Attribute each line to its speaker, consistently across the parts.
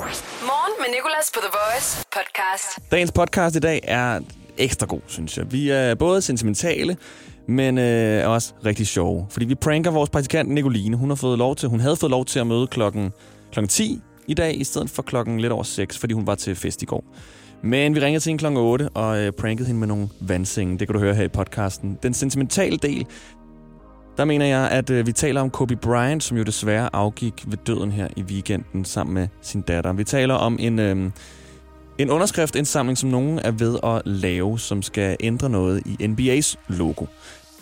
Speaker 1: Morgen med Nicolas på The Voice podcast.
Speaker 2: Dagens podcast i dag er ekstra god, synes jeg. Vi er både sentimentale, men øh, også rigtig sjove. Fordi vi pranker vores praktikant Nicoline. Hun, har fået lov til, hun havde fået lov til at møde klokken, klokken 10 i dag, i stedet for klokken lidt over 6, fordi hun var til fest i går. Men vi ringede til hende klokken 8 og øh, prankede hende med nogle vandsenge. Det kan du høre her i podcasten. Den sentimentale del, der mener jeg, at øh, vi taler om Kobe Bryant, som jo desværre afgik ved døden her i weekenden sammen med sin datter. Vi taler om en... Øh, en underskriftindsamling, som nogen er ved at lave, som skal ændre noget i NBA's logo.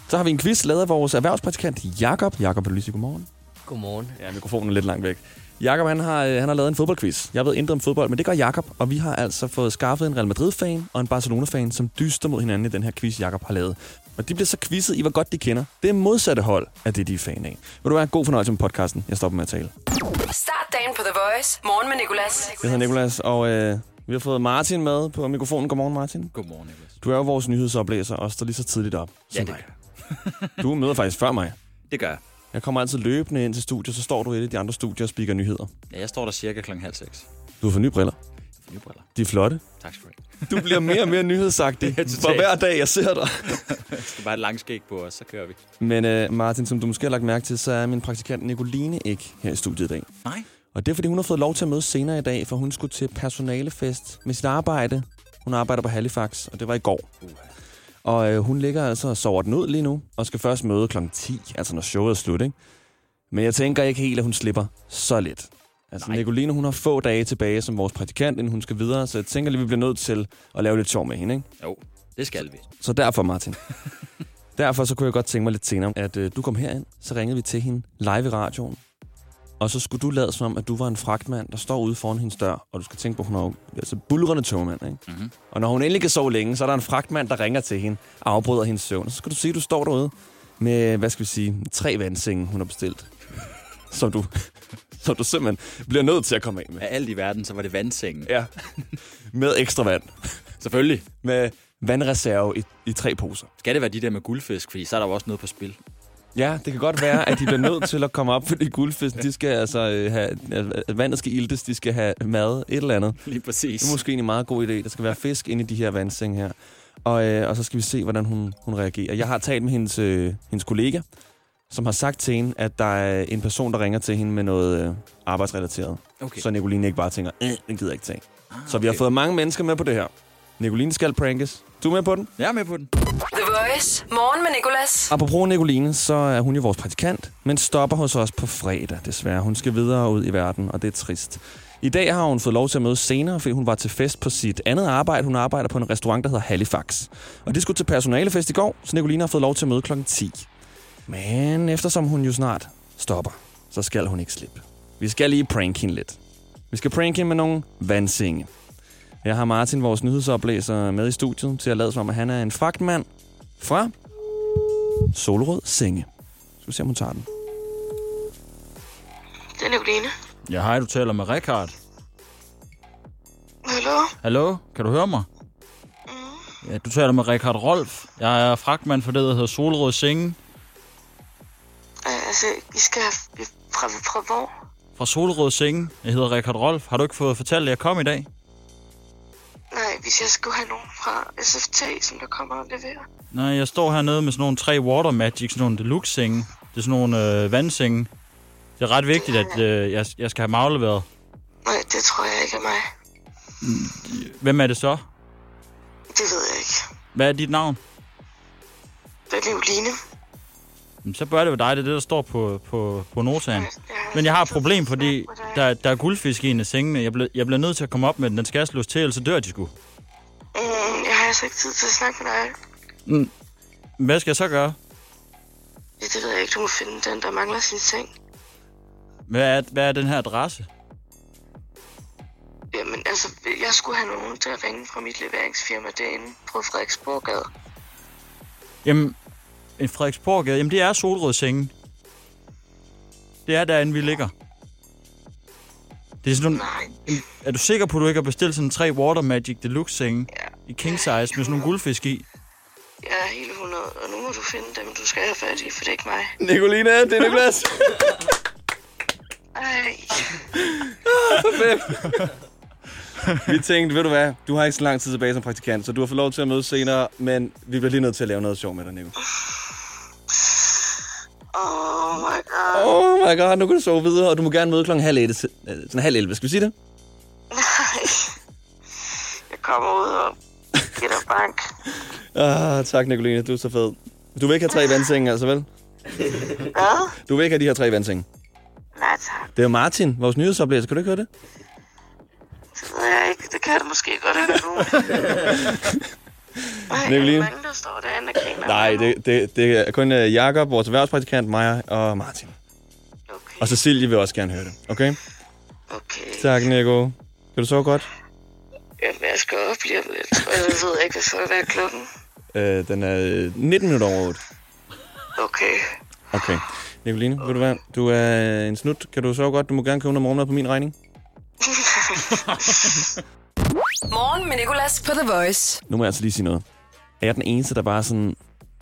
Speaker 2: Så har vi en quiz lavet af vores erhvervspraktikant Jakob. Jakob, vil du lige sige godmorgen?
Speaker 3: Godmorgen.
Speaker 2: Ja, mikrofonen er lidt langt væk. Jakob, han har, øh, han har lavet en fodboldquiz. Jeg ved intet om fodbold, men det gør Jakob, og vi har altså fået skaffet en Real Madrid-fan og en Barcelona-fan, som dyster mod hinanden i den her quiz, Jakob har lavet. Og de bliver så quizzet i, hvor godt de kender. Det er modsatte hold af det, de er fan af. Vil du være god fornøjelse med podcasten? Jeg stopper med at tale.
Speaker 1: Start dagen på The Voice. Morgen med Nicolas.
Speaker 2: Jeg hedder Nikolas, og øh, vi har fået Martin med på mikrofonen. Godmorgen, Martin.
Speaker 3: Godmorgen, Niklas.
Speaker 2: Du er jo vores nyhedsoplæser og står lige så tidligt op som
Speaker 3: det
Speaker 2: mig. du møder faktisk før mig.
Speaker 3: Det gør jeg.
Speaker 2: Jeg kommer altid løbende ind til studiet, så står du i et af de andre studier og spiker nyheder.
Speaker 3: Ja, jeg står der cirka klokken halv seks.
Speaker 2: Du har fået nye briller.
Speaker 3: Nye briller.
Speaker 2: De er flotte.
Speaker 3: Tak skal du have.
Speaker 2: Du bliver mere og mere nyhedsagtig
Speaker 3: Ja, totalt.
Speaker 2: for hver dag, jeg ser dig.
Speaker 3: Jeg skal bare have et langt skæg på, og så kører vi.
Speaker 2: Men øh, Martin, som du måske har lagt mærke til, så er min praktikant Nicoline ikke her i studiet i dag.
Speaker 3: Nej.
Speaker 2: Og det er, fordi hun har fået lov til at mødes senere i dag, for hun skulle til personalefest med sit arbejde. Hun arbejder på Halifax, og det var i går. Og øh, hun ligger altså og sover den ud lige nu, og skal først møde kl. 10, altså når showet er slut, ikke? Men jeg tænker ikke helt, at hun slipper så lidt. Altså,
Speaker 3: Nej.
Speaker 2: Nej. Nicoline, hun har få dage tilbage som vores praktikant, inden hun skal videre, så jeg tænker lige, vi bliver nødt til at lave lidt sjov med hende, ikke?
Speaker 3: Jo, det skal vi.
Speaker 2: Så derfor, Martin. derfor så kunne jeg godt tænke mig lidt senere, at øh, du kom herind, så ringede vi til hende live i radioen. Og så skulle du lade som om, at du var en fragtmand, der står ude foran hendes dør, og du skal tænke på, at hun er jo, altså bulrende togmand, ikke? Mm-hmm. Og når hun endelig kan sove længe, så er der en fragtmand, der ringer til hende og afbryder hendes søvn. Så skal du sige, at du står derude med, hvad skal vi sige, tre vandsenge, hun har bestilt. som du, som du simpelthen bliver nødt til at komme af med.
Speaker 3: Af alt i verden, så var det vandsengen.
Speaker 2: Ja. med ekstra vand.
Speaker 3: Selvfølgelig.
Speaker 2: Med vandreserve i, i tre poser.
Speaker 3: Skal det være de der med guldfisk, fordi så er der jo også noget på spil.
Speaker 2: Ja, det kan godt være, at de bliver nødt til at komme op, fordi guldfisken, de skal altså øh, have, øh, vandet skal iltes, de skal have mad, et eller andet.
Speaker 3: Lige præcis.
Speaker 2: Det er måske en meget god idé. Der skal være fisk inde i de her vandseng her. Og, øh, og så skal vi se, hvordan hun, hun reagerer. Jeg har talt med hendes, øh, hendes kollega, som har sagt til hende, at der er en person, der ringer til hende med noget øh, arbejdsrelateret.
Speaker 3: Okay.
Speaker 2: Så Nicoline ikke bare tænker, øh, den gider jeg ikke tage. Ah, Så vi har fået mange mennesker med på det her. Nicoline skal prankes. Du er med på den?
Speaker 3: Jeg er med på den.
Speaker 1: The Voice. Morgen med Nicolas.
Speaker 2: Apropos Nicoline, så er hun jo vores praktikant, men stopper hos os på fredag, desværre. Hun skal videre ud i verden, og det er trist. I dag har hun fået lov til at mødes senere, fordi hun var til fest på sit andet arbejde. Hun arbejder på en restaurant, der hedder Halifax. Og det skulle til personalefest i går, så Nicoline har fået lov til at møde kl. 10. Men eftersom hun jo snart stopper, så skal hun ikke slippe. Vi skal lige prank hende lidt. Vi skal prank hende med nogle vandsenge. Jeg har Martin, vores nyhedsoplæser, med i studiet til at lade som om, at han er en fragtmand fra Solrød Senge. Skal vi se, om hun tager den.
Speaker 4: Det er Nicoline.
Speaker 5: Ja, hej, du taler med Richard.
Speaker 4: Hallo?
Speaker 5: Hallo, kan du høre mig? Ja, du taler med Richard Rolf. Jeg er fragtmand for det, der hedder Solrød Senge.
Speaker 4: Øh, altså, I skal have... Fra, fra hvor?
Speaker 5: Fra Solrød Senge. Jeg hedder Richard Rolf. Har du ikke fået fortalt, at jeg kom i dag?
Speaker 4: Nej, hvis jeg skulle have nogen fra SFT, som der kommer og leverer.
Speaker 5: Nej, jeg står hernede med sådan nogle tre Water Magic, sådan nogle deluxe senge. Det er sådan nogle øh, vandsenge. Det er ret vigtigt, at øh, jeg, jeg skal have dem afleveret.
Speaker 4: Nej, det tror jeg ikke er mig.
Speaker 5: Hvem er det så?
Speaker 4: Det ved jeg ikke.
Speaker 5: Hvad er dit navn?
Speaker 4: Det er Nicoline.
Speaker 5: Jamen, så bør det være dig. Det er det, der står på, på, på notaen.
Speaker 4: Ja.
Speaker 5: Mm. Men jeg har et problem, fordi der, der er guldfisk i en af sengene. Jeg bliver, jeg bliver nødt til at komme op med den. Den skal jeg slås til, ellers så dør de sgu.
Speaker 4: Mm, jeg har altså ikke tid til at snakke med dig.
Speaker 5: Hvad skal jeg så gøre?
Speaker 4: Ja, det ved jeg ikke. Du må finde den, der mangler sin seng.
Speaker 5: Hvad er, hvad er den her adresse?
Speaker 4: Jamen, altså, jeg skulle have nogen til at ringe fra mit leveringsfirma derinde på Frederiksborggade.
Speaker 5: Jamen, en Frederiksborggade. Jamen, det er Solrødsengen. Det er derinde, vi ligger. Det er sådan nogle...
Speaker 4: Nej,
Speaker 5: Jamen, Er du sikker på, at du ikke har bestilt sådan tre Water Magic Deluxe-senge
Speaker 4: Ja.
Speaker 5: i king size med sådan nogle guldfisk i?
Speaker 4: jeg er helt 100, og nu må du finde dem, du skal have fat i, for det er ikke mig.
Speaker 2: Nicoline, det er Niklas.
Speaker 4: Ej,
Speaker 2: vi tænkte, ved du hvad, du har ikke så lang tid tilbage som praktikant, så du har fået lov til at mødes senere, men vi bliver lige nødt til at lave noget sjov med dig, Nico.
Speaker 4: Oh my god.
Speaker 2: Oh my god, nu kan du sove videre, og du må gerne møde klokken halv 11. Sådan halv 11, skal vi sige det?
Speaker 4: Nej. Jeg kommer ud og giver dig bank.
Speaker 2: Ah, tak, Nicoline, du er så fed. Du vil ikke have tre vandsenge, altså vel?
Speaker 4: Hvad?
Speaker 2: Du vil ikke have de her tre vandsenge.
Speaker 4: Nej tak.
Speaker 2: Det er jo Martin, vores nyhedsoplæser. Kan du ikke høre det?
Speaker 4: Det ved jeg ikke. Det kan det måske godt have nu. Nej, er
Speaker 2: Nicoline?
Speaker 4: der mange, der står derinde og griner?
Speaker 2: Nej, det, det, det er kun øh, Jakob, vores erhvervspraktikant, Maja og Martin.
Speaker 4: Okay.
Speaker 2: Og Cecilie vil også gerne høre det, okay?
Speaker 4: okay.
Speaker 2: Tak, Nico. Kan du sove godt?
Speaker 4: Jamen, jeg skal op lige om lidt. Og jeg ved ikke, hvad sådan er klokken.
Speaker 2: Øh, den er øh, 19 minutter over 8.
Speaker 4: Okay.
Speaker 2: Okay. Nicoline, ved du hvad? Du er en snut. Kan du sove godt? Du må gerne købe noget morgenmad på min regning.
Speaker 1: Morgen med Nicolas på The Voice.
Speaker 2: Nu må jeg altså lige sige noget. Er jeg den eneste, der bare er sådan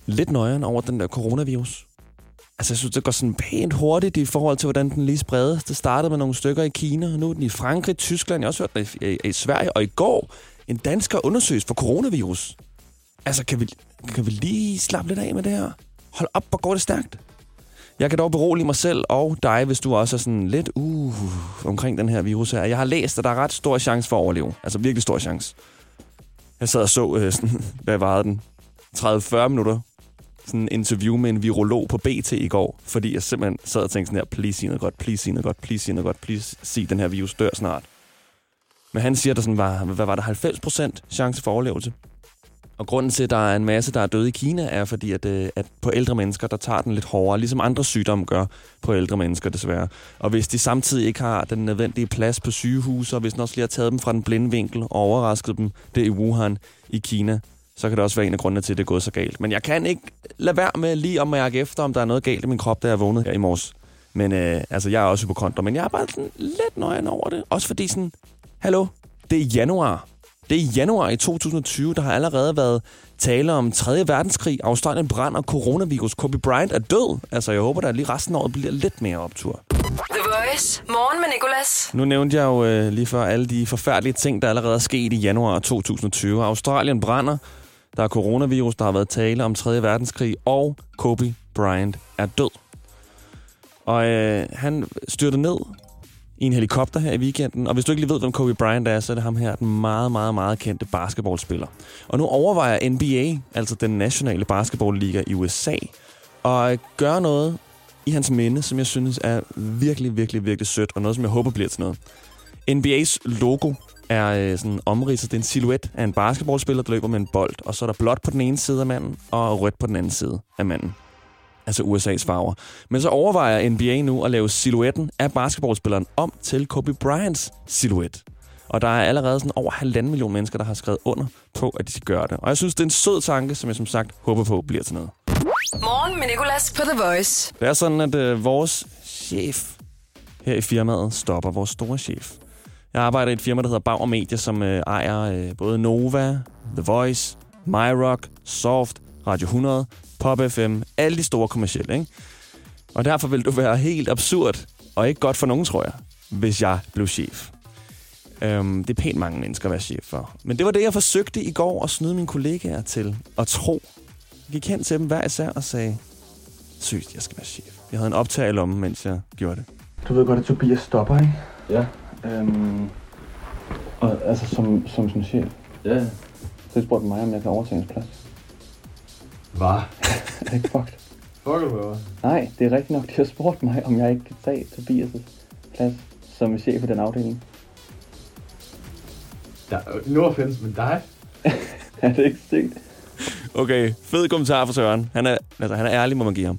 Speaker 2: lidt nøjeren over den der coronavirus? Altså, jeg synes, det går sådan pænt hurtigt i forhold til, hvordan den lige spredes. Det startede med nogle stykker i Kina, og nu er den i Frankrig, Tyskland, jeg har også hørt den i, i, i Sverige, og i går en dansker undersøges for coronavirus. Altså, kan vi, kan vi lige slappe lidt af med det her? Hold op, hvor går det stærkt. Jeg kan dog berolige mig selv og dig, hvis du også er sådan lidt uh, omkring den her virus her. Jeg har læst, at der er ret stor chance for at overleve. Altså virkelig stor chance. Jeg sad og så, øh, sådan, hvad varede den? 30-40 minutter. Sådan en interview med en virolog på BT i går, fordi jeg simpelthen sad og tænkte sådan her, please sig noget godt, please sig noget godt, please sig noget godt, please sig, den her virus dør snart. Men han siger, der sådan var, hvad var der, 90% chance for overlevelse. Og grunden til, at der er en masse, der er døde i Kina, er fordi, at, øh, at på ældre mennesker, der tager den lidt hårdere, ligesom andre sygdomme gør på ældre mennesker desværre. Og hvis de samtidig ikke har den nødvendige plads på sygehuse, og hvis den også lige har taget dem fra den blinde vinkel og overrasket dem, det er i Wuhan i Kina, så kan det også være en af grundene til, at det er gået så galt. Men jeg kan ikke lade være med lige at mærke efter, om der er noget galt i min krop, da jeg vågnede her i morges. Men øh, altså, jeg er også hypokonter, men jeg er bare sådan lidt nøjen over det. Også fordi sådan, hallo, det er januar. Det er januar i 2020, der har allerede været tale om 3. verdenskrig, Australien brand og coronavirus. Kobe Bryant er død. Altså, jeg håber, der lige resten af året bliver lidt mere optur.
Speaker 1: The Voice. Morgen med Nicolas.
Speaker 2: Nu nævnte jeg jo øh, lige før alle de forfærdelige ting, der allerede er sket i januar 2020. Australien brænder, der er coronavirus, der har været tale om 3. verdenskrig, og Kobe Bryant er død. Og øh, han styrte ned i en helikopter her i weekenden. Og hvis du ikke lige ved, hvem Kobe Bryant er, så er det ham her, den meget, meget, meget kendte basketballspiller. Og nu overvejer NBA, altså den nationale basketballliga i USA, at gøre noget i hans minde, som jeg synes er virkelig, virkelig, virkelig sødt, og noget, som jeg håber bliver til noget. NBA's logo er øh, sådan omridset. Det er en silhuet af en basketballspiller, der løber med en bold, og så er der blåt på den ene side af manden, og rødt på den anden side af manden. Altså USA's farver. Men så overvejer NBA nu at lave silhuetten af basketballspilleren om til Kobe Bryants silhuet. Og der er allerede sådan over halvanden million mennesker, der har skrevet under på, at de skal gøre det. Og jeg synes, det er en sød tanke, som jeg som sagt håber på bliver til noget.
Speaker 1: Morgen med Nicolas på The Voice.
Speaker 2: Det er sådan, at øh, vores chef her i firmaet stopper. Vores store chef. Jeg arbejder i et firma, der hedder Bauer Media, som øh, ejer øh, både Nova, The Voice, MyRock, Soft, Radio 100, Pop FM. Alle de store kommercielle, ikke? Og derfor ville det være helt absurd, og ikke godt for nogen, tror jeg, hvis jeg blev chef. Øhm, det er pænt mange mennesker at være chef for. Men det var det, jeg forsøgte i går at snyde mine kollegaer til at tro. Jeg gik hen til dem hver især og sagde, Seriøst, jeg skal være chef. Jeg havde en optag i lommen, mens jeg gjorde det.
Speaker 6: Du ved godt, at Tobias stopper, ikke?
Speaker 7: Ja.
Speaker 6: Øhm, og, altså som, som sin chef.
Speaker 7: Ja.
Speaker 6: Så spurgte mig, om jeg kan overtage hans plads.
Speaker 7: Hvad?
Speaker 6: Er det ikke fucked?
Speaker 7: Fuck du hvad?
Speaker 6: Nej, det er rigtigt nok, de har spurgt mig, om jeg ikke kan tage Tobias' plads som chef i den afdeling.
Speaker 7: Der, no offense, men dig?
Speaker 6: Er det ikke sygt?
Speaker 2: Okay, fed kommentar fra Søren. Han er, altså, han er ærlig, må man give ham.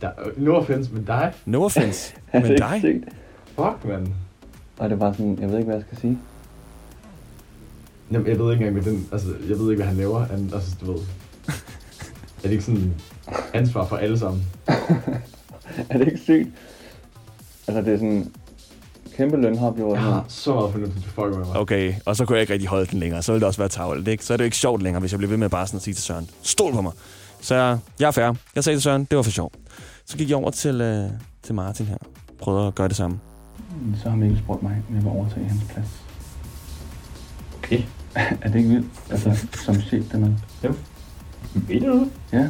Speaker 7: Der, no offense, men dig?
Speaker 2: No offense,
Speaker 6: Er det
Speaker 2: men
Speaker 6: ikke
Speaker 2: dig?
Speaker 6: sygt?
Speaker 7: Fuck, mand.
Speaker 6: Og det var sådan, jeg ved ikke, hvad jeg skal sige.
Speaker 7: Jamen, jeg ved ikke engang, hvad den, altså, jeg ved ikke, hvad han laver. Han, altså, du ved. Er det ikke sådan ansvar for alle sammen?
Speaker 6: Er det ikke sygt? Altså, det er sådan kæmpe lønhop, jo. og
Speaker 7: Jeg
Speaker 6: sådan-
Speaker 7: har så meget fornuft, at du fucker med mig.
Speaker 2: Okay, og så kunne jeg ikke rigtig holde den længere. Så ville det også være tavlet, ikke? Så er det jo ikke sjovt længere, hvis jeg bliver ved med bare sådan at sige til Søren, stol på mig. Så jeg, jeg er færdig. Jeg sagde til Søren, det var for sjovt. Så gik jeg over til, øh, til Martin her. Prøvede at gøre det samme.
Speaker 6: Så har Mikkel spurgt mig, om jeg vil overtage hans plads. Okay. er det ikke vildt? Altså, som chef dernede.
Speaker 7: Jo. Ved du det?
Speaker 6: Ja.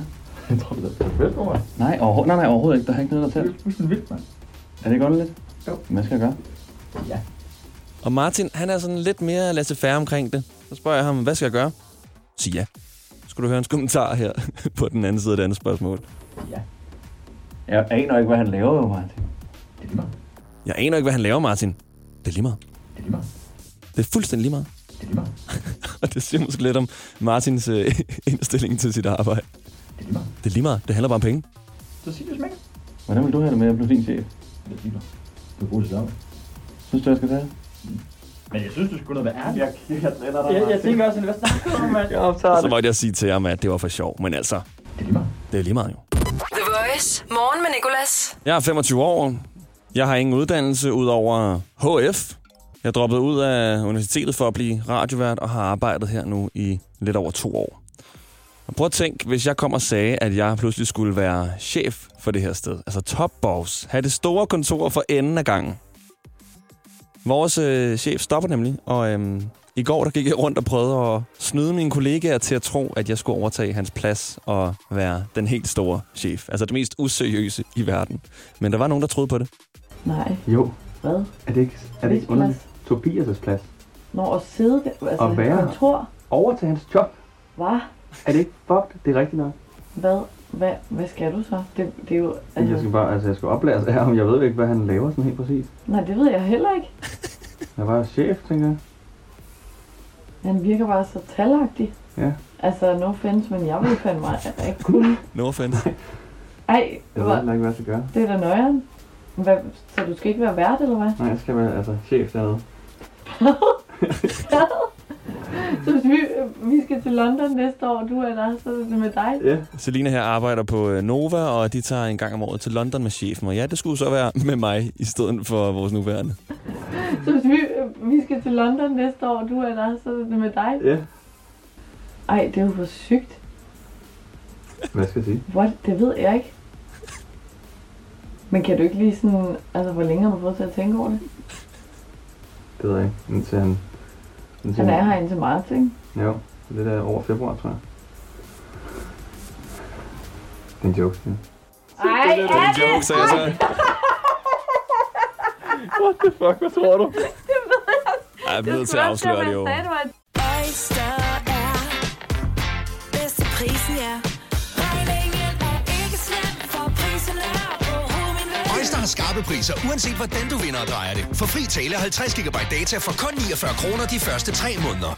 Speaker 7: Jeg tror, det er perfekt for mig.
Speaker 6: Nej, overho- nej, nej, overhovedet ikke. Der har ikke noget der
Speaker 7: Det
Speaker 6: til.
Speaker 7: er fuldstændig vildt, mand.
Speaker 6: Er det ikke underligt?
Speaker 7: Jo.
Speaker 6: Hvad skal jeg gøre?
Speaker 2: Og Martin, han er sådan lidt mere laissez færre omkring det. Så spørger jeg ham, hvad skal jeg gøre? Sig ja. Skal du høre hans kommentar her på den anden side af det andet spørgsmål?
Speaker 6: Jeg aner ikke, hvad han laver, jo, Martin.
Speaker 7: Det er lige meget.
Speaker 2: Jeg aner ikke, hvad han laver, Martin. Det er lige meget.
Speaker 7: Det er lige meget.
Speaker 2: Det er fuldstændig lige meget.
Speaker 7: Det er lige meget.
Speaker 2: Og det siger måske lidt om Martins øh, indstilling til sit arbejde.
Speaker 7: Det er lige meget.
Speaker 2: Det er lige meget. Det handler bare om penge.
Speaker 7: Så sig det smækker.
Speaker 6: Hvordan vil du have det med at blive din chef?
Speaker 7: Det er lige meget. Du er god til sammen.
Speaker 6: Synes du, jeg skal tage?
Speaker 7: Men jeg synes, du skulle noget være ærlig. Jeg, jeg driller dig.
Speaker 8: Jeg, jeg tænker også, hvad snakker du om, mand?
Speaker 6: Jeg optager
Speaker 2: Så måtte jeg sige til ham, at det var for sjov. Men altså,
Speaker 7: Det er lige meget.
Speaker 2: det er lige meget jo.
Speaker 1: The Voice. Morgen med Nicolas.
Speaker 2: Jeg er 25 år. Jeg har ingen uddannelse udover HF. Jeg droppede ud af universitetet for at blive radiovært og har arbejdet her nu i lidt over to år. Og prøv at tænke, hvis jeg kom og sagde, at jeg pludselig skulle være chef for det her sted. Altså topboss. Have det store kontor for enden af gangen. Vores øh, chef stopper nemlig, og øhm, i går der gik jeg rundt og prøvede at snyde mine kollegaer til at tro, at jeg skulle overtage hans plads og være den helt store chef. Altså det mest useriøse i verden. Men der var nogen, der troede på det.
Speaker 8: Nej,
Speaker 9: Jo,
Speaker 8: hvad?
Speaker 9: er det ikke, er det ikke
Speaker 8: Hvilken
Speaker 9: underligt? Tobias' plads.
Speaker 8: Når at sidde der, altså
Speaker 9: At
Speaker 8: et
Speaker 9: være her.
Speaker 8: kontor,
Speaker 9: Over til hans job.
Speaker 8: hvad?
Speaker 9: Er det ikke fucked? Det er rigtigt nok.
Speaker 8: Hvad? Hvad, hvad skal du så? Det, det er jo...
Speaker 9: Altså,
Speaker 8: Altså,
Speaker 9: jeg skal bare, altså, jeg skal oplæres af ham. Jeg ved ikke, hvad han laver sådan helt præcis.
Speaker 8: Nej, det ved jeg heller ikke.
Speaker 9: Jeg var chef, tænker jeg.
Speaker 8: Han virker bare så talagtig.
Speaker 9: Ja.
Speaker 8: Altså, no offense, men jeg vil fandme ikke kunne.
Speaker 2: No offense.
Speaker 8: Ej,
Speaker 9: Jeg ved
Speaker 8: hvor,
Speaker 9: heller ikke, hvad jeg skal gøre.
Speaker 8: det er da nøjeren. Hvad, så du skal ikke være vært, eller hvad?
Speaker 9: Nej, jeg skal være altså, chef dernede.
Speaker 8: Så hvis vi, vi skal til London næste år, du er der, så er det med dig.
Speaker 9: Ja,
Speaker 2: Selina her arbejder på øh, Nova, og de tager en gang om året til London med chefen. Og ja, det skulle så være med mig i stedet for vores nuværende.
Speaker 8: Så hvis vi, vi skal til London næste år, du er der, så er det med dig.
Speaker 9: ja.
Speaker 8: Ej, det er jo for sygt.
Speaker 9: Hvad skal jeg sige?
Speaker 8: What? Det ved jeg ikke. Men kan du ikke lige sådan, altså hvor længe har du fået til at tænke over det?
Speaker 9: Det ved jeg ikke. Indtil han... Indtil
Speaker 8: Han er her indtil marts, ikke?
Speaker 9: Jo, det der over februar, tror jeg. Det er en joke, ja.
Speaker 8: Ej, er det?
Speaker 2: Joke, sagde jeg så.
Speaker 9: Fuck, hvad tror du?
Speaker 2: Ej, Jeg er nødt til at
Speaker 8: skulle også
Speaker 2: afsløre
Speaker 8: være,
Speaker 2: det jo.
Speaker 8: hvad jeg sagde, det var-
Speaker 10: Oyster er bedst til prisen, ja. Regningen er ikke slem, for prisen er åh, min ven.
Speaker 11: Øjster har skarpe priser, uanset hvordan du vinder og drejer det. For fri tale 50 GB data for kun 49 kroner de første 3 måneder.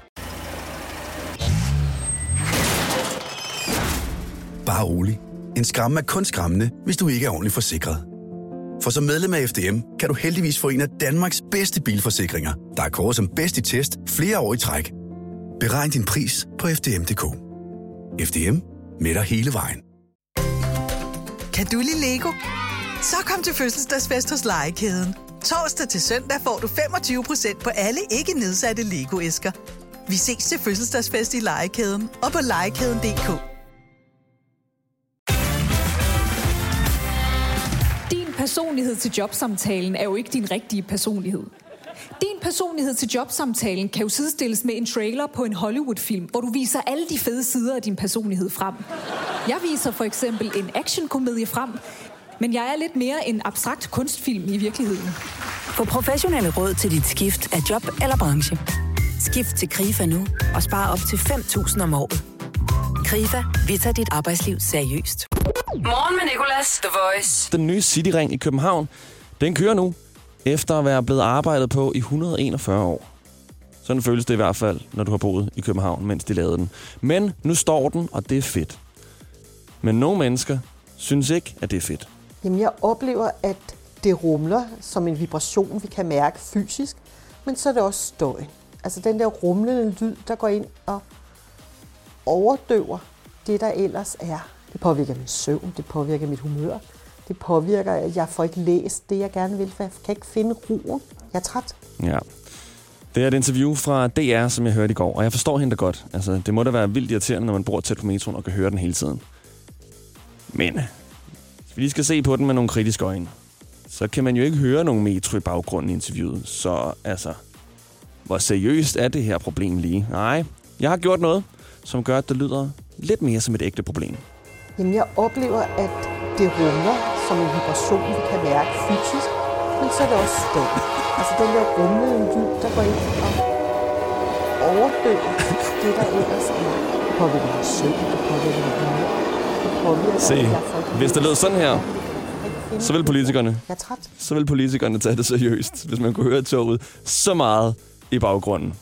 Speaker 11: Bare rolig. En skramme er kun skræmmende, hvis du ikke er ordentligt forsikret. For som medlem af FDM kan du heldigvis få en af Danmarks bedste bilforsikringer, der er kåret som bedst i test flere år i træk. Beregn din pris på FDM.dk. FDM med dig hele vejen.
Speaker 12: Kan du lide Lego? Så kom til fødselsdagsfest hos Legekæden. Torsdag til søndag får du 25% på alle ikke nedsatte Lego-æsker. Vi ses til fødselsdagsfest i Legekæden og på legekæden.dk.
Speaker 10: Din personlighed til jobsamtalen er jo ikke din rigtige personlighed. Din personlighed til jobsamtalen kan jo sidestilles med en trailer på en Hollywood-film, hvor du viser alle de fede sider af din personlighed frem. Jeg viser for eksempel en actionkomedie frem, men jeg er lidt mere en abstrakt kunstfilm i virkeligheden.
Speaker 12: Få professionelle råd til dit skift af job eller branche. Skift til KRIFA nu og spare op til 5.000 om året. KRIFA, vi tager dit arbejdsliv seriøst.
Speaker 1: Morgen med Nicolas. The Voice.
Speaker 2: Den nye Cityring i København, den kører nu, efter at være blevet arbejdet på i 141 år. Sådan føles det i hvert fald, når du har boet i København, mens de lavede den. Men nu står den, og det er fedt. Men nogle mennesker synes ikke, at det er fedt.
Speaker 12: Jamen, jeg oplever, at det rumler som en vibration, vi kan mærke fysisk, men så er det også støj. Altså den der rumlende lyd, der går ind og overdøver det, der ellers er. Det påvirker min søvn, det påvirker mit humør, det påvirker, at jeg får ikke læst det, jeg gerne vil, for jeg kan ikke finde roen. Jeg er træt.
Speaker 2: Ja. Det er et interview fra DR, som jeg hørte i går, og jeg forstår hende da godt. Altså, det må da være vildt irriterende, når man bor tæt på metroen og kan høre den hele tiden. Men, hvis vi lige skal se på den med nogle kritiske øjne, så kan man jo ikke høre nogen metro i baggrunden i interviewet. Så altså, hvor seriøst er det her problem lige? Nej, jeg har gjort noget, som gør, at det lyder lidt mere som et ægte problem.
Speaker 12: Jamen, jeg oplever, at det rumler som en vibration, vi kan mærke fysisk, men så er det også støj. Altså den der rumlende lyd, der går ind og overdøver det, der ellers er. Det påvirker min søvn, det påvirker min humør, det påvirker,
Speaker 2: Se,
Speaker 12: at jeg er folk.
Speaker 2: hvis det lød sådan her, så vil politikerne, jeg
Speaker 12: er træt.
Speaker 2: Så vil politikerne tage det seriøst, hvis man kunne høre toget så meget i baggrunden.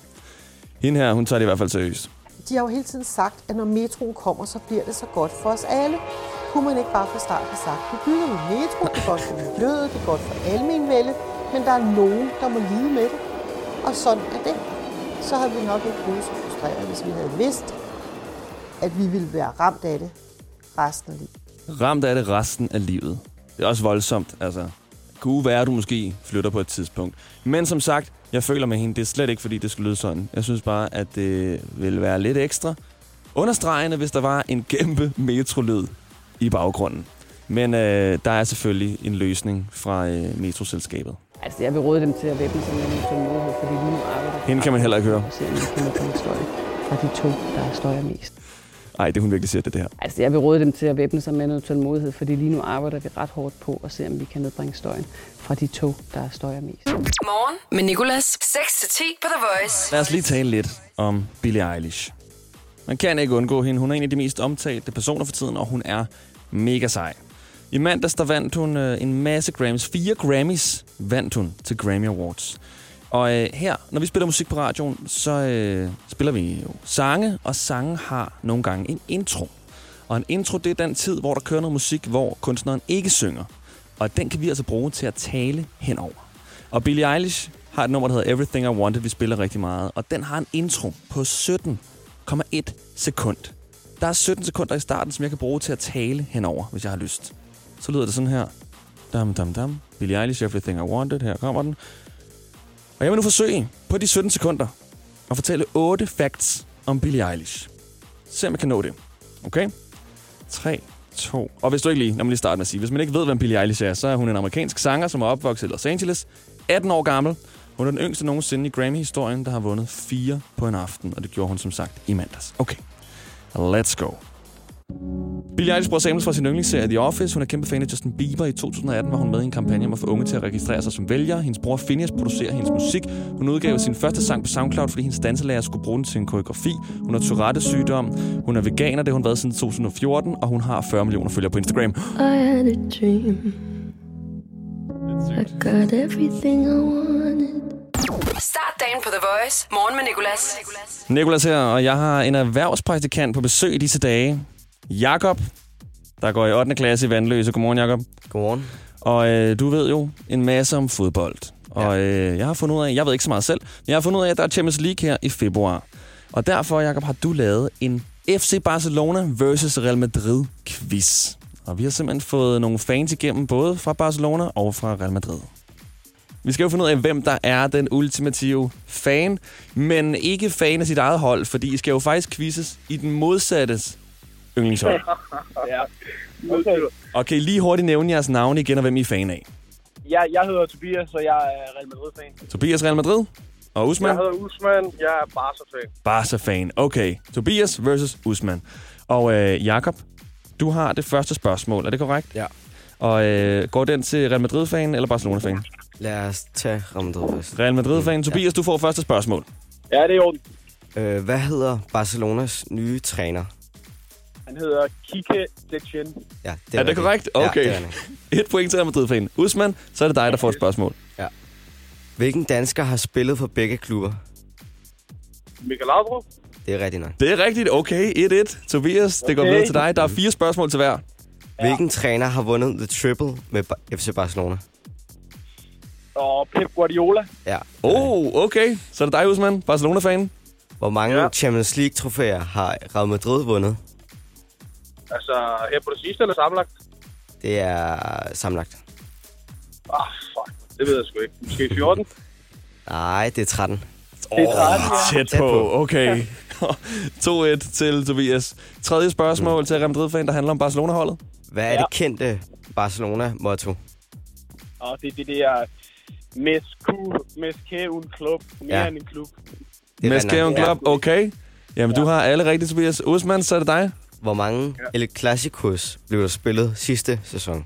Speaker 2: Hende her, hun tager det i hvert fald seriøst.
Speaker 12: De har jo hele tiden sagt, at når metroen kommer, så bliver det så godt for os alle. Kunne man ikke bare fra start have sagt, vi bygger en metro, det er godt for miljøet, det er godt for almenvældet, men der er nogen, der må lide med det. Og sådan er det. Så havde vi nok ikke blevet så frustreret, hvis vi havde vidst, at vi ville være ramt af det resten af livet.
Speaker 2: Ramt af det resten af livet. Det er også voldsomt, altså. Kunne være, at du måske flytter på et tidspunkt. Men som sagt, jeg føler med hende, det er slet ikke, fordi det skulle lyde sådan. Jeg synes bare, at det ville være lidt ekstra understregende, hvis der var en kæmpe metrolyd i baggrunden. Men øh, der er selvfølgelig en løsning fra øh, metroselskabet.
Speaker 13: Altså, jeg vil råde dem til at væbne sig med en tålmodighed, fordi lige nu arbejder
Speaker 2: Hende kan man heller ikke høre.
Speaker 13: Se, om vi kan komme støj fra de to, der støjer mest.
Speaker 2: Nej, det hun virkelig siger, det, er det her.
Speaker 13: Altså, jeg vil råde dem til at væbne sig med noget tålmodighed, fordi lige nu arbejder vi ret hårdt på at se, om vi kan nedbringe støjen fra de to, der støjer mest.
Speaker 1: Morgen med Nicolas. 6-10 på The Voice.
Speaker 2: Lad os lige tale lidt om Billie Eilish. Man kan ikke undgå hende. Hun er en af de mest omtalte personer for tiden, og hun er mega sej. I mandags der vandt hun øh, en masse Grammys. Fire Grammys vandt hun til Grammy Awards. Og øh, her, når vi spiller musik på radioen, så øh, spiller vi jo sange, og sange har nogle gange en intro. Og en intro, det er den tid, hvor der kører noget musik, hvor kunstneren ikke synger. Og den kan vi altså bruge til at tale henover. Og Billie Eilish har et nummer, der hedder Everything I Wanted, vi spiller rigtig meget. Og den har en intro på 17,1 sekund. Der er 17 sekunder i starten, som jeg kan bruge til at tale henover, hvis jeg har lyst. Så lyder det sådan her. Dam, dam, dam. Billie Eilish, Everything I Wanted. Her kommer den. Og jeg vil nu forsøge på de 17 sekunder at fortælle 8 facts om Billie Eilish. Se om jeg kan nå det. Okay? 3, 2... Og hvis du ikke lige... Lad mig lige starte med at sige. Hvis man ikke ved, hvem Billie Eilish er, så er hun en amerikansk sanger, som er opvokset i Los Angeles. 18 år gammel. Hun er den yngste nogensinde i Grammy-historien, der har vundet fire på en aften. Og det gjorde hun som sagt i mandags. Okay. Let's go. Billie Eilish bruger samples fra sin yndlingsserie The Office. Hun er kæmpe fan af Justin Bieber. I 2018 var hun med i en kampagne om at få unge til at registrere sig som vælgere. Hendes bror Phineas producerer hendes musik. Hun udgav sin første sang på SoundCloud, fordi hendes danselærer skulle bruge den til en koreografi. Hun har Tourettes sygdom. Hun er veganer, det har hun været siden 2014. Og hun har 40 millioner følgere på Instagram.
Speaker 14: I had a dream. I got everything I wanted.
Speaker 1: Start dagen på The Voice. Morgen med Nicolas.
Speaker 2: Nikolas her, og jeg har en erhvervspraktikant på besøg i disse dage. Jakob, der går i 8. klasse i Vandløse. Godmorgen, Jakob. Godmorgen. Og øh, du ved jo en masse om fodbold. Og øh, jeg har fundet ud af, jeg ved ikke så meget selv, men jeg har fundet ud af, at der er Champions League her i februar. Og derfor, Jakob, har du lavet en FC Barcelona versus Real Madrid quiz. Og vi har simpelthen fået nogle fans igennem, både fra Barcelona og fra Real Madrid. Vi skal jo finde ud af, hvem der er den ultimative fan, men ikke fan af sit eget hold, fordi I skal jo faktisk quizzes i den modsattes yndlingshold.
Speaker 15: ja. Okay.
Speaker 2: Og kan I lige hurtigt nævne jeres navne igen, og hvem I er fan af?
Speaker 15: Jeg, jeg hedder Tobias, og jeg er Real Madrid-fan.
Speaker 2: Tobias Real Madrid og
Speaker 15: Jeg
Speaker 2: Usman?
Speaker 15: hedder Usman, jeg er Barca-fan.
Speaker 2: Barca-fan. Okay, Tobias versus Usman. Og øh, Jakob, du har det første spørgsmål, er det korrekt?
Speaker 16: Ja.
Speaker 2: Og øh, går den til Real Madrid-fan eller Barcelona-fan?
Speaker 16: Lad os tage Real Madrid først.
Speaker 2: Real
Speaker 16: Mm,
Speaker 2: Madrid-fan. Tobias, du får første spørgsmål.
Speaker 15: Ja, det er i orden.
Speaker 16: Øh, hvad hedder Barcelonas nye træner?
Speaker 15: Han hedder Kike Setien.
Speaker 16: Ja,
Speaker 2: Det er det
Speaker 16: rigtigt.
Speaker 2: korrekt?
Speaker 16: Ja,
Speaker 2: Okay.
Speaker 16: det er
Speaker 2: Ja,
Speaker 16: det.
Speaker 2: Et point til Real Madrid-fan. Usman, så er det dig, der får et spørgsmål.
Speaker 16: Ja. Hvilken dansker har spillet for begge klubber?
Speaker 15: Michael Laudrup.
Speaker 16: Det er rigtigt nok.
Speaker 2: Det er rigtigt. Okay, 1-1. Tobias, det går
Speaker 16: Okay.
Speaker 2: videre til dig. Der er fire spørgsmål til hver.
Speaker 16: Hvilken træner har vundet The Triple med Ba- FC Barcelona?
Speaker 15: Og Pep Guardiola. Øh,
Speaker 16: Ja.
Speaker 2: Oh, okay. Så er det dig, Usman, Barcelona-fan.
Speaker 16: Hvor mange ja. Champions League-trofæer har Real Madrid vundet?
Speaker 15: Altså, her på det sidste eller sammenlagt?
Speaker 16: Det er sammenlagt.
Speaker 15: Ah, fuck. Det ved jeg sgu ikke. Måske 14?
Speaker 16: Nej, det er 13.
Speaker 15: Det er 13, ja.
Speaker 2: Tæt på. Okay. 2-1 til Tobias. Tredje spørgsmål til Real Madrid-fan, der handler om Barcelona-holdet.
Speaker 16: Hvad er ja. det kendte Barcelona-motto?
Speaker 12: og det er det der Mescu- Mescaun Club, mere
Speaker 2: Ja.
Speaker 12: ja. end en klub.
Speaker 2: Mascaron Club, okay. Jamen, du har alle rigtigt, Tobias. Usman, så er det dig.
Speaker 6: Hvor mange ja. El Clasicos blev der spillet sidste sæson?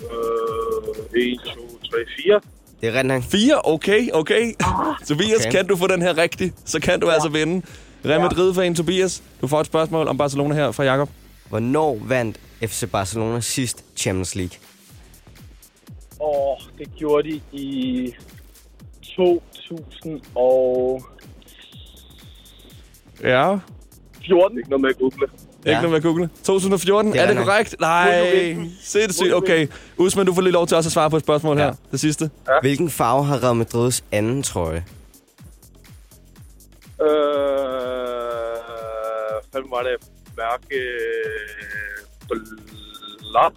Speaker 12: Øh, 1, 2, 3, 4.
Speaker 6: Det er ret nok.
Speaker 2: Fire, okay, okay. Tobias,
Speaker 6: Okay.
Speaker 2: okay. kan du få den her rigtig, så kan du ja. altså vinde. Real Madrid-fan Tobias, du får et spørgsmål om Barcelona her fra Jakob.
Speaker 6: Hvornår vandt FC Barcelona sidst Champions League?
Speaker 12: Og det gjorde de i 2000 og...
Speaker 2: Ja.
Speaker 12: 14. Ikke noget med at google.
Speaker 2: Ikke noget med at google. 2014,
Speaker 12: Det
Speaker 2: det
Speaker 12: er
Speaker 2: er, er det
Speaker 12: nok.
Speaker 2: korrekt?
Speaker 12: Må du
Speaker 2: Nej,
Speaker 12: vinde?
Speaker 2: sindssygt. Okay, Usman, du får lige lov til også at svare på et spørgsmål ja. her. Det sidste.
Speaker 6: Ja. Hvilken farve har Real Madrids anden trøje?
Speaker 12: Øh, hvem var det? Mærke... Blot.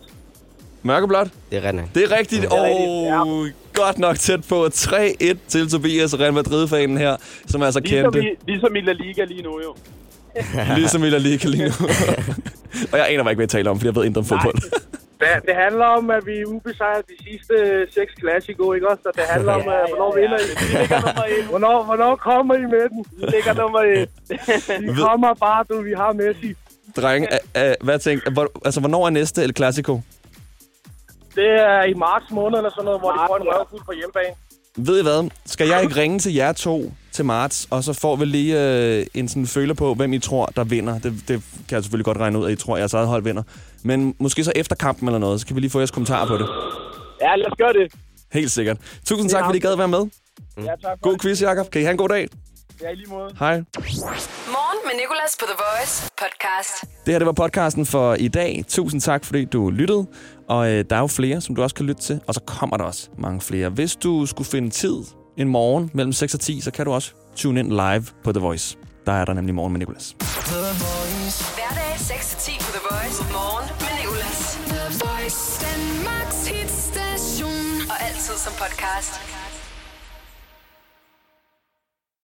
Speaker 2: Mørkeblåt?
Speaker 6: Det er ret nok.
Speaker 2: Det er rigtigt,
Speaker 12: Det er
Speaker 2: og godt nok tæt på 3-1 til Tobias Real Madrid-fanen her, som altså
Speaker 12: Ligesom
Speaker 2: kendte.
Speaker 12: i, ligesom i La Liga lige nu jo.
Speaker 2: ligesom i La Liga lige nu. og jeg aner mig ikke, hvad jeg taler om, fordi jeg ved intet om fodbold.
Speaker 12: Det, det handler om, at vi er ubesejret de sidste øh, seks klassiko, ikke også? Så det handler om, øh, hvornår vinder I? Vi ligger nummer et. Hvornår, hvornår kommer I med den? Vi ligger nummer et. Vi
Speaker 2: Ved-
Speaker 12: kommer bare, du. Vi har Messi.
Speaker 2: Drenge, øh, øh, hvad tænker, hvor, altså, hvornår er næste El Clasico?
Speaker 12: Det er i marts måned eller sådan noget, hvor de får en røvfuld på hjemmebane.
Speaker 2: Ved I hvad? Skal jeg ikke ringe til jer to til marts, og så får vi lige øh, en sådan føler på, hvem I tror, der vinder. Det, det kan jeg selvfølgelig godt regne ud, at I tror, at jeres eget hold vinder. Men måske så efter kampen eller noget, så kan vi lige få jeres kommentarer på det.
Speaker 12: Ja, lad os gøre det.
Speaker 2: Helt sikkert. Tusind tak, fordi I gad være med.
Speaker 12: Ja, tak.
Speaker 2: God quiz, Jakob. Kan I have en god dag?
Speaker 12: Ja, i lige måde.
Speaker 2: Hej.
Speaker 1: Morgen med Nicolas på The Voice podcast.
Speaker 2: Det her, det var podcasten for i dag. Tusind tak, fordi du lyttede. Og øh, der er jo flere, som du også kan lytte til. Og så kommer der også mange flere. Hvis du skulle finde tid en morgen mellem 6 og 10, så kan du også tune ind live på The Voice. Der er der nemlig morgen med Nicolas.
Speaker 1: The Voice. Hverdag 6-10 på The Voice. Morgen med Nicolas. The Voice. Danmarks hitstation. Og altid som podcast.